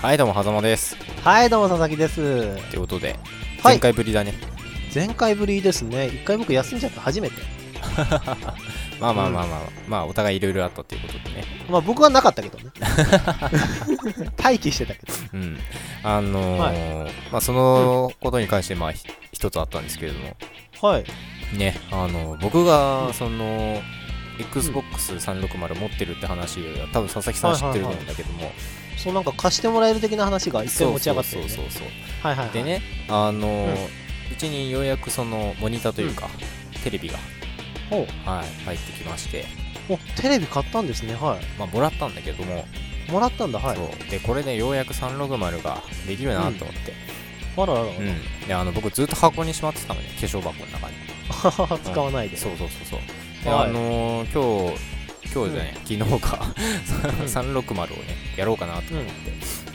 はいどうもはざまですはい、どうも佐々木です。ということではい前回ぶりだね、前回ぶりですね。一回僕休んじゃった初めて。まあまあまあまあ、まあお互いいろいろあったということでねまあ僕はなかったけ どね。待機してたけど。うんあのーまあそのことに関してまあひ一つあったんですけれどもはい。ねあの僕がその、ん XBOX360 持ってるって話は多分佐々木さん知ってると思うんだけども、そうなんか貸してもらえる的な話が一そ回う持ち上がってそうそうそうはいはい、はい。で。ねあのーうんうちにようやくそのモニターというか、テレビが、おはい、入ってきまして、お、テレビ買ったんですね。はまあ、もらったんだけども、い。もらったんだ。はい。そうでこれでようやく360ができるなと思って、あらあら。うんであの僕ずっと箱にしまってたのね化粧箱の中に 使わないで。そうそうそうそうで、はあいのー今日今日じゃない、昨日か 360をねやろうかなと思って、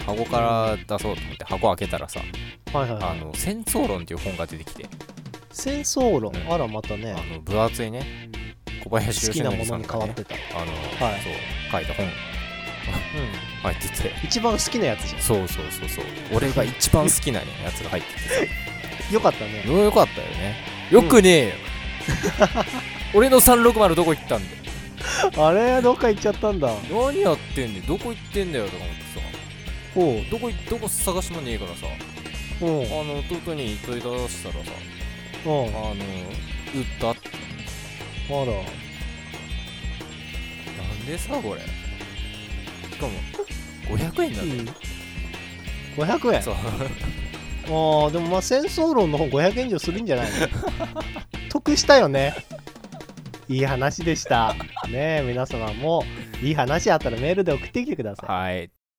箱から出そうと思って箱開けたらさ「はいはいはあい。の戦争論」っていう本が出てきて、戦争論。うんあら、またあね。の分厚いね小林好き義な則もさのんに変わが、っねてた。あのはいそう書いた本うん。入ってて一番好きなやつじゃそうそうそうそう俺が一番好きな、ね、やつが入っててさん。よかったね。よかったよねよくねえよ、俺の360どこ行ったんだよあれ、どっか行っちゃったんだ。何やってんだよどこ行ってんだよとか思ってさおどう。こいどこ探してもねえからさあおう。の弟に問い出したらさおうあ。の売ったってあら。なんでさこれしかも500円だね、うん、500円そうああでもまあ戦争論の本500円以上するんじゃないの得したよねいい話でしたねえ皆様もいい話あったらメールで送ってきてくださ いはい